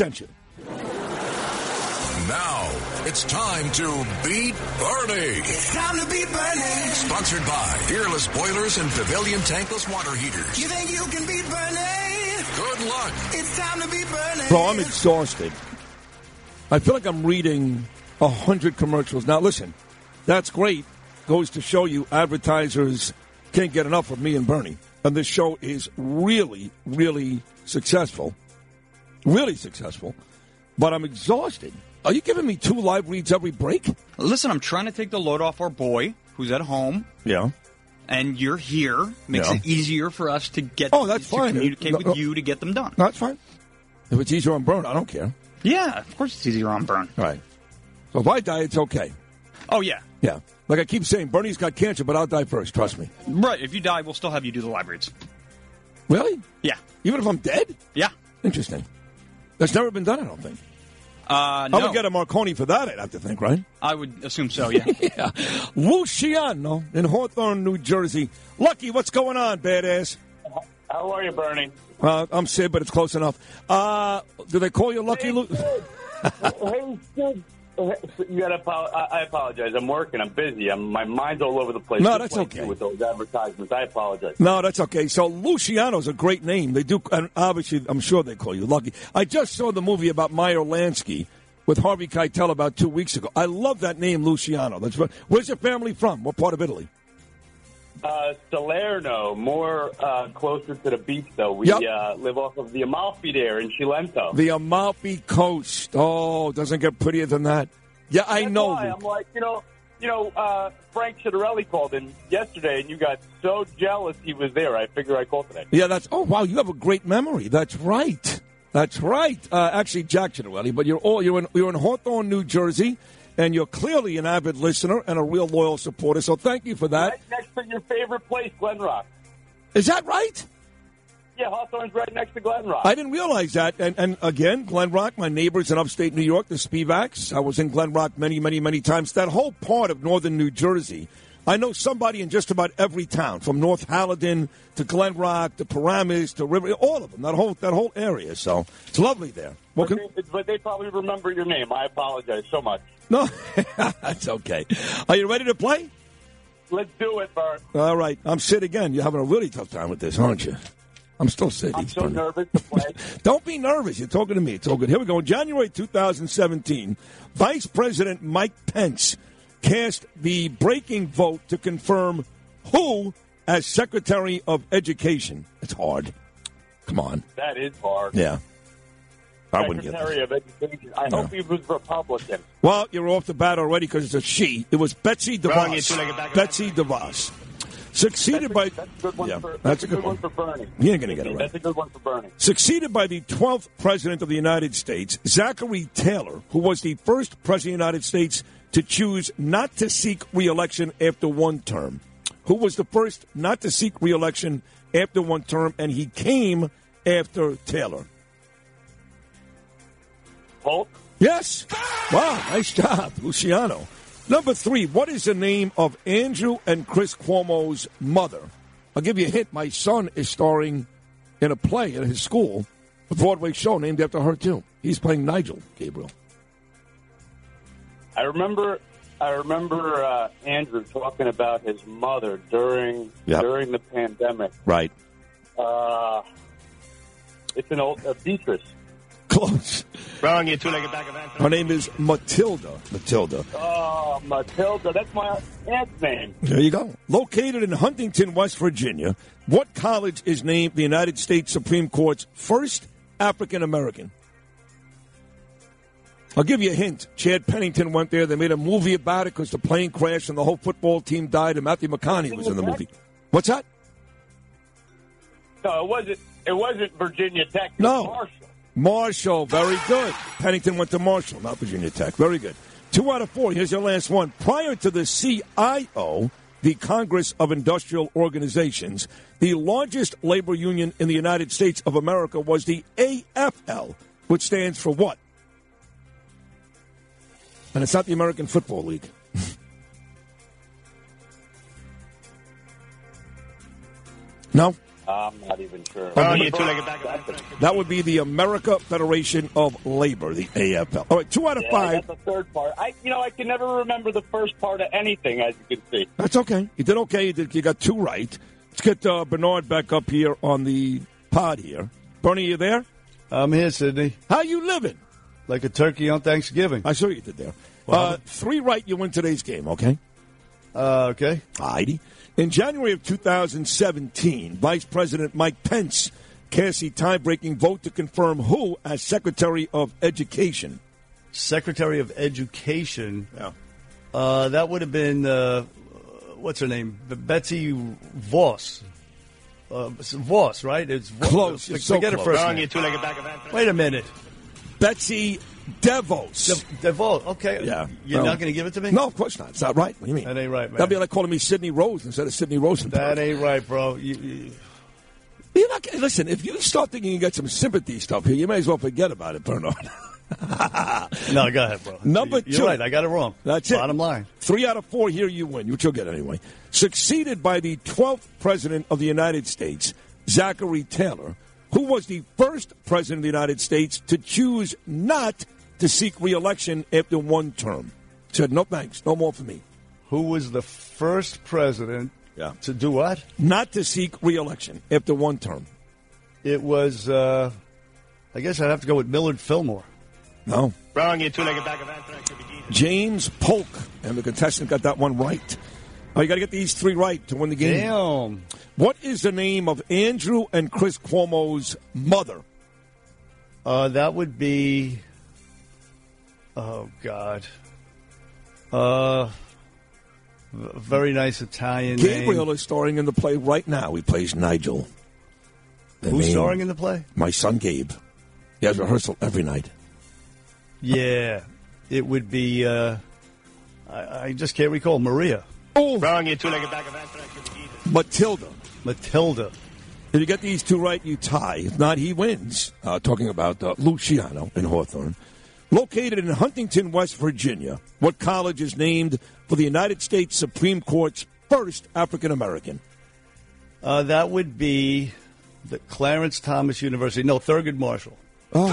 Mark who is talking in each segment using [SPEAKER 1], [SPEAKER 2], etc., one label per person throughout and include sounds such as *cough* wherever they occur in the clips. [SPEAKER 1] Attention.
[SPEAKER 2] Now it's time to beat Bernie. It's time to beat Bernie. Sponsored by Fearless Boilers and Pavilion Tankless Water Heaters. You think you can beat Bernie? Good luck. It's time to beat Bernie.
[SPEAKER 1] Bro, I'm exhausted. I feel like I'm reading a hundred commercials. Now listen, that's great. Goes to show you advertisers can't get enough of me and Bernie. And this show is really, really successful. Really successful. But I'm exhausted. Are you giving me two live reads every break?
[SPEAKER 3] Listen, I'm trying to take the load off our boy who's at home,
[SPEAKER 1] Yeah.
[SPEAKER 3] and you're here. Makes
[SPEAKER 1] Yeah.
[SPEAKER 3] it easier for us to get
[SPEAKER 1] Oh, that's
[SPEAKER 3] to
[SPEAKER 1] fine.
[SPEAKER 3] communicate
[SPEAKER 1] No, no.
[SPEAKER 3] with you to get them done.
[SPEAKER 1] No, that's fine. If it's easier on Bernie, I don't care.
[SPEAKER 3] Yeah, of course it's easier on burn.
[SPEAKER 1] All right. So if I die, it's okay.
[SPEAKER 3] Oh yeah,
[SPEAKER 1] Yeah. Like I keep saying, Bernie's got cancer, but I'll die first. Trust me.
[SPEAKER 3] right. If you die, we'll still have you do the live reads.
[SPEAKER 1] Really?
[SPEAKER 3] Yeah,
[SPEAKER 1] Even if I'm dead?
[SPEAKER 3] yeah.
[SPEAKER 1] Interesting. That's never been done, I don't think.
[SPEAKER 3] Uh, no,
[SPEAKER 1] I would get a Marconi for that, I'd have to think, right?
[SPEAKER 3] I would assume
[SPEAKER 4] *laughs*
[SPEAKER 3] so. Yeah.
[SPEAKER 1] Yeah. Luciano in Hawthorne, New Jersey. Lucky, what's going on, badass?
[SPEAKER 5] How are you, Bernie?
[SPEAKER 1] Uh, I'm Sid, but it's close enough. Uh, do they call you Lucky Lu?
[SPEAKER 5] hey, Sid. You gotta. Apo- I I apologize. I'm working. I'm busy. I'm, my mind's all over the place.
[SPEAKER 1] No,
[SPEAKER 5] Just
[SPEAKER 1] that's
[SPEAKER 5] like you
[SPEAKER 1] okay.
[SPEAKER 5] With those advertisements, I apologize.
[SPEAKER 1] No, that's okay. So Luciano's a great name. They do, and obviously, I'm sure they call you Lucky. I just saw the movie about Meyer Lansky with Harvey Keitel about two weeks ago. I love that name, Luciano. That's what, where's your family from? What part of Italy?
[SPEAKER 5] Uh, Salerno, more uh, closer to the beach, though. We
[SPEAKER 1] Yep.
[SPEAKER 5] uh, live off of the Amalfi there in Cilento.
[SPEAKER 1] The Amalfi Coast. Oh, doesn't get prettier than that. Yeah, I
[SPEAKER 5] That's
[SPEAKER 1] know.
[SPEAKER 5] why
[SPEAKER 1] Luke.
[SPEAKER 5] I'm like, you know, you know, uh, Frank Citarelli called in yesterday, and you got so jealous he was there. I figure I called today.
[SPEAKER 1] Yeah, that's. Oh, wow, you have a great memory. That's right. That's right. Uh, actually, Jack Chitterelli, but you're all you're in you're in Hawthorne, New Jersey, and you're clearly an avid listener and a real loyal supporter. So thank you for that.
[SPEAKER 5] Right next to your favorite place, Glen Rock.
[SPEAKER 1] Is that right?
[SPEAKER 5] Yeah, Hawthorne's right next to Glen Rock.
[SPEAKER 1] I didn't realize that. And, and again, Glen Rock, my neighbors in upstate New York, the Spivaks. I was in Glen Rock many, many, many times. That whole part of northern New Jersey, I know somebody in just about every town, from North Halidon to Glen Rock to Paramus to River, all of them. That whole that whole area. So it's lovely there. Well,
[SPEAKER 5] but,
[SPEAKER 1] con-
[SPEAKER 5] they, but they probably remember your name. I apologize so much.
[SPEAKER 1] no, *laughs* that's okay. Are you ready to play?
[SPEAKER 5] Let's do it, Bert.
[SPEAKER 1] All right, I'm Sid again. You're having a really tough time with this, aren't you? I'm still Sid.
[SPEAKER 5] I'm
[SPEAKER 1] He's
[SPEAKER 5] so
[SPEAKER 1] funny.
[SPEAKER 5] nervous to play.
[SPEAKER 1] Don't be nervous. You're talking to me. It's all good. Here we go. In January 2017, Vice President Mike Pence cast the breaking vote to confirm who as Secretary of Education. It's hard. Come on.
[SPEAKER 5] that is hard.
[SPEAKER 1] Yeah. I wouldn't get this.
[SPEAKER 5] Secretary of Education. I
[SPEAKER 1] No.
[SPEAKER 5] hope he was Republican.
[SPEAKER 1] Well, you're off the bat already because it's a she. It was Betsy
[SPEAKER 5] you two legged
[SPEAKER 1] DeVos.
[SPEAKER 5] back.
[SPEAKER 1] Betsy DeVos. Succeeded by.
[SPEAKER 5] That's a good one
[SPEAKER 1] Yeah,
[SPEAKER 5] for that's,
[SPEAKER 1] that's
[SPEAKER 5] a good one. for Bernie.
[SPEAKER 1] You ain't gonna get it right.
[SPEAKER 5] That's a good one for Bernie.
[SPEAKER 1] succeeded by the 12th president of the United States, Zachary Taylor, who was the first president of the United States to choose not to seek reelection after one term. Who was the first not to seek reelection after one term, and he came after Taylor.
[SPEAKER 5] Polk,
[SPEAKER 1] Yes. Wow, nice job, Luciano. Number three, what is the name of Andrew and Chris Cuomo's mother? I'll give you a hint. My son is starring in a play at his school, a Broadway show named after her, too. He's playing Nigel Gabriel.
[SPEAKER 5] I remember. I remember uh, Andrew talking about his mother during
[SPEAKER 1] Yep.
[SPEAKER 5] during the pandemic.
[SPEAKER 1] Right.
[SPEAKER 5] Uh, it's an old uh, Beatrice.
[SPEAKER 1] Close.
[SPEAKER 4] Wrong, you two-legged back of Anthony.
[SPEAKER 1] Her name is Matilda. Matilda.
[SPEAKER 5] Oh, Matilda. That's my aunt's name.
[SPEAKER 1] There you go. Located in Huntington, West Virginia, what college is named the United States Supreme Court's first African American? I'll give you a hint. Chad Pennington went there. They made a movie about it because the plane crashed and the whole football team died, and Matthew McConaughey was in the movie. What's that?
[SPEAKER 5] No, it wasn't. It wasn't Virginia Tech. It was
[SPEAKER 1] No.
[SPEAKER 5] Marshall.
[SPEAKER 1] Marshall, very good. Pennington went to Marshall, not Virginia Tech. Very good. Two out of four. Here's your last one. Prior to the CIO, the Congress of Industrial Organizations, the largest labor union in the United States of America was the AFL, which stands for what? And it's not the American Football League. *laughs* no?
[SPEAKER 5] I'm not even sure.
[SPEAKER 4] Oh, you two legged back of Anthony.
[SPEAKER 1] That would be the America Federation of Labor, the AFL. All right, two out of
[SPEAKER 5] Yeah,
[SPEAKER 1] five.
[SPEAKER 5] That's the third part. I, you know, I can never remember the first part of anything, as you can see.
[SPEAKER 1] That's okay. You did okay. You, did, you got two right. Let's get uh, Bernard back up here on the pod here. Bernie, you there?
[SPEAKER 6] I'm here, Sydney,
[SPEAKER 1] How you living?
[SPEAKER 6] like a turkey on Thanksgiving.
[SPEAKER 1] I saw you did there.
[SPEAKER 6] Well-
[SPEAKER 1] uh, three right, you win today's game, okay?
[SPEAKER 6] Uh, okay.
[SPEAKER 1] Alrighty. In January of 2017, Vice President Mike Pence cast a tie-breaking vote to confirm who as Secretary of Education.
[SPEAKER 6] Secretary of Education.
[SPEAKER 1] Yeah.
[SPEAKER 6] Uh, that would have been uh, what's her name, B- Betsy Voss. Uh, Voss, right? It's Voss.
[SPEAKER 1] Close. You're
[SPEAKER 6] Forget
[SPEAKER 1] so
[SPEAKER 6] her
[SPEAKER 1] close.
[SPEAKER 6] first
[SPEAKER 4] Wrong,
[SPEAKER 6] name.
[SPEAKER 4] you two legged back of Anthony.
[SPEAKER 6] Wait a minute.
[SPEAKER 1] Betsy DeVos.
[SPEAKER 6] The, the vote. Okay.
[SPEAKER 1] Yeah.
[SPEAKER 6] You're
[SPEAKER 1] No.
[SPEAKER 6] not going to give it to me?
[SPEAKER 1] No, of course not. It's not right. What do you mean?
[SPEAKER 6] That ain't right, man.
[SPEAKER 1] That'd be like calling me Sidney Rose instead of Sidney Rosenberg.
[SPEAKER 6] That ain't right, bro. You, you,
[SPEAKER 1] You're not, listen, if you start thinking you got some sympathy stuff here, you may as well forget about it, Bernard. *laughs*
[SPEAKER 6] no, go ahead, bro.
[SPEAKER 1] Number
[SPEAKER 6] You're
[SPEAKER 1] two.
[SPEAKER 6] right. I got it wrong.
[SPEAKER 1] That's it.
[SPEAKER 6] Bottom line.
[SPEAKER 1] Three out of four here, you win, which you'll get anyway. Succeeded by the 12th President of the United States, Zachary Taylor, who was the first President of the United States to choose not to seek reelection after one term. Said, no thanks, no more for me.
[SPEAKER 6] Who was the first president
[SPEAKER 1] Yeah.
[SPEAKER 6] to do what?
[SPEAKER 1] Not to seek reelection after one term.
[SPEAKER 6] It was, uh, I guess I'd have to go with Millard Fillmore.
[SPEAKER 1] No.
[SPEAKER 4] Wrong, you two legged back of Anthony. Could be Jesus.
[SPEAKER 1] James Polk, and the contestant got that one right. Oh, you got to get these three right to win the game.
[SPEAKER 6] Damn.
[SPEAKER 1] What is the name of Andrew and Chris Cuomo's mother?
[SPEAKER 6] Uh, that would be, oh, God. Uh, v- very nice Italian
[SPEAKER 1] Gabriel
[SPEAKER 6] name.
[SPEAKER 1] is starring in the play right now. He plays Nigel. The
[SPEAKER 6] Who's
[SPEAKER 1] name-
[SPEAKER 6] starring in the play?
[SPEAKER 1] My son Gabe. He has rehearsal every night.
[SPEAKER 6] Yeah. It would be, uh, I, I just can't recall. Maria.
[SPEAKER 1] Oh,
[SPEAKER 4] Wrong, you two legged back of Anthony. Could be Jesus.
[SPEAKER 1] Matilda.
[SPEAKER 6] Matilda.
[SPEAKER 1] If you get these two right, you tie. If not, he wins. Uh, talking about uh, Luciano in Hawthorne. Located in Huntington, West Virginia, what college is named for the United States Supreme Court's first African American?
[SPEAKER 6] Uh, that would be the Clarence Thomas University. No, Thurgood Marshall. Oh.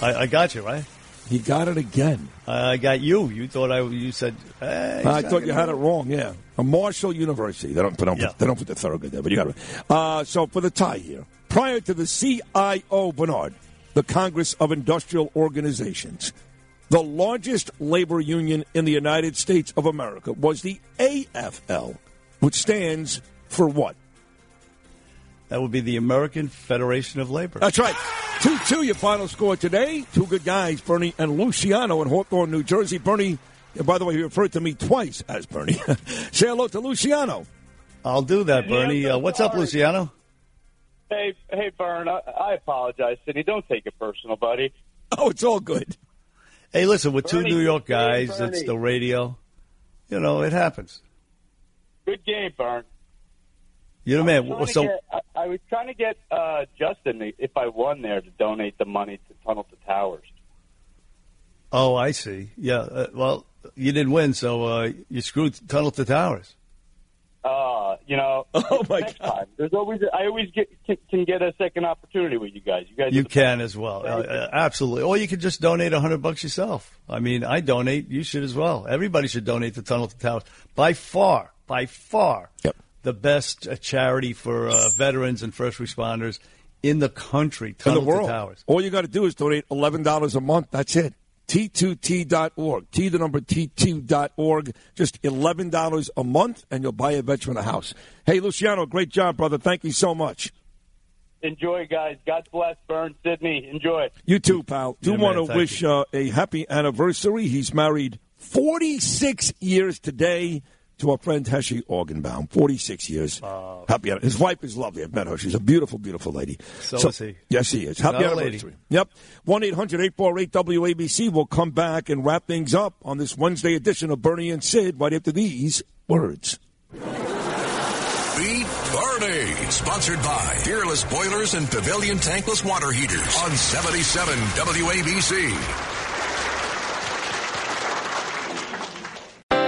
[SPEAKER 6] I, I got you, right?
[SPEAKER 1] He got it again.
[SPEAKER 6] I I got you. You thought I. You said. eh, he's
[SPEAKER 1] I
[SPEAKER 6] not
[SPEAKER 1] thought you
[SPEAKER 6] gonna-
[SPEAKER 1] had it wrong. Yeah, a Marshall University. They don't. They don't,
[SPEAKER 6] Yeah.
[SPEAKER 1] put, they don't put the Thurgood there, but you got it. Uh, so for the tie here, prior to the CIO Bernard, the Congress of Industrial Organizations, the largest labor union in the United States of America was the AFL, which stands for what?
[SPEAKER 6] That would be the American Federation of Labor.
[SPEAKER 1] That's right. 2 2, your final score today. Two good guys, Bernie and Luciano in Hawthorne, New Jersey. Bernie, and by the way, he referred to me twice as Bernie. *laughs* Say hello to Luciano.
[SPEAKER 6] I'll do that,
[SPEAKER 5] Yeah,
[SPEAKER 6] Bernie.
[SPEAKER 5] I'm
[SPEAKER 6] Uh, what's up,
[SPEAKER 5] sorry.
[SPEAKER 6] Luciano?
[SPEAKER 5] Hey, hey, Bern, I, I apologize, Sidney. Don't take it personal, buddy.
[SPEAKER 1] *laughs* Oh, it's all good.
[SPEAKER 6] Hey, listen, we're two
[SPEAKER 5] Bernie,
[SPEAKER 6] New York
[SPEAKER 5] hey,
[SPEAKER 6] guys.
[SPEAKER 5] Bernie.
[SPEAKER 6] It's the radio. You know, it happens.
[SPEAKER 5] Good game, Bern.
[SPEAKER 6] You know, man.
[SPEAKER 5] I was
[SPEAKER 6] So
[SPEAKER 5] trying to get- I, I was trying to get uh, Justin, if I won there, to donate the money to Tunnel to Towers.
[SPEAKER 6] Oh, I see. Yeah. Uh, well, you didn't win, so uh, you screwed Tunnel to Towers.
[SPEAKER 5] Uh, you know,
[SPEAKER 1] Oh, my
[SPEAKER 5] next
[SPEAKER 1] God.
[SPEAKER 5] time. There's always I always get can, can get a second opportunity with you guys. You guys, are
[SPEAKER 6] You
[SPEAKER 5] the
[SPEAKER 6] can as well. Uh, uh, absolutely. Or you could just donate a 100 bucks yourself. I mean, I donate. You should as well. Everybody should donate to Tunnel to Towers. By far, by far,
[SPEAKER 1] Yep.
[SPEAKER 6] the best uh, charity for uh, veterans and first responders in the country. Tunnel to Towers.
[SPEAKER 1] All you got to do is donate $11 a month. That's it. T2T.org. T the number T2.org. Just $11 a month, and you'll buy a veteran a house. Hey, Luciano, great job, brother. Thank you so much.
[SPEAKER 5] Enjoy, guys. God bless, Bern, Sydney. Enjoy.
[SPEAKER 1] You too, pal. Do
[SPEAKER 6] Yeah, man,
[SPEAKER 1] want to
[SPEAKER 6] thank
[SPEAKER 1] wish uh, a happy anniversary. He's married 46 years today to our friend Heshe Organbaum, 46 years. Happy anni- His wife is lovely. I've met her. She's a beautiful, beautiful lady.
[SPEAKER 6] So is he.
[SPEAKER 1] Yes, he is.
[SPEAKER 6] He's
[SPEAKER 1] Happy
[SPEAKER 6] not a lady.
[SPEAKER 1] anniversary. Yep. 1 800 848 WABC. We'll come back and wrap things up on this Wednesday edition of Bernie and Sid right after these words.
[SPEAKER 2] Beat Bernie. Sponsored by Fearless Boilers and Pavilion Tankless Water Heaters on 77 WABC.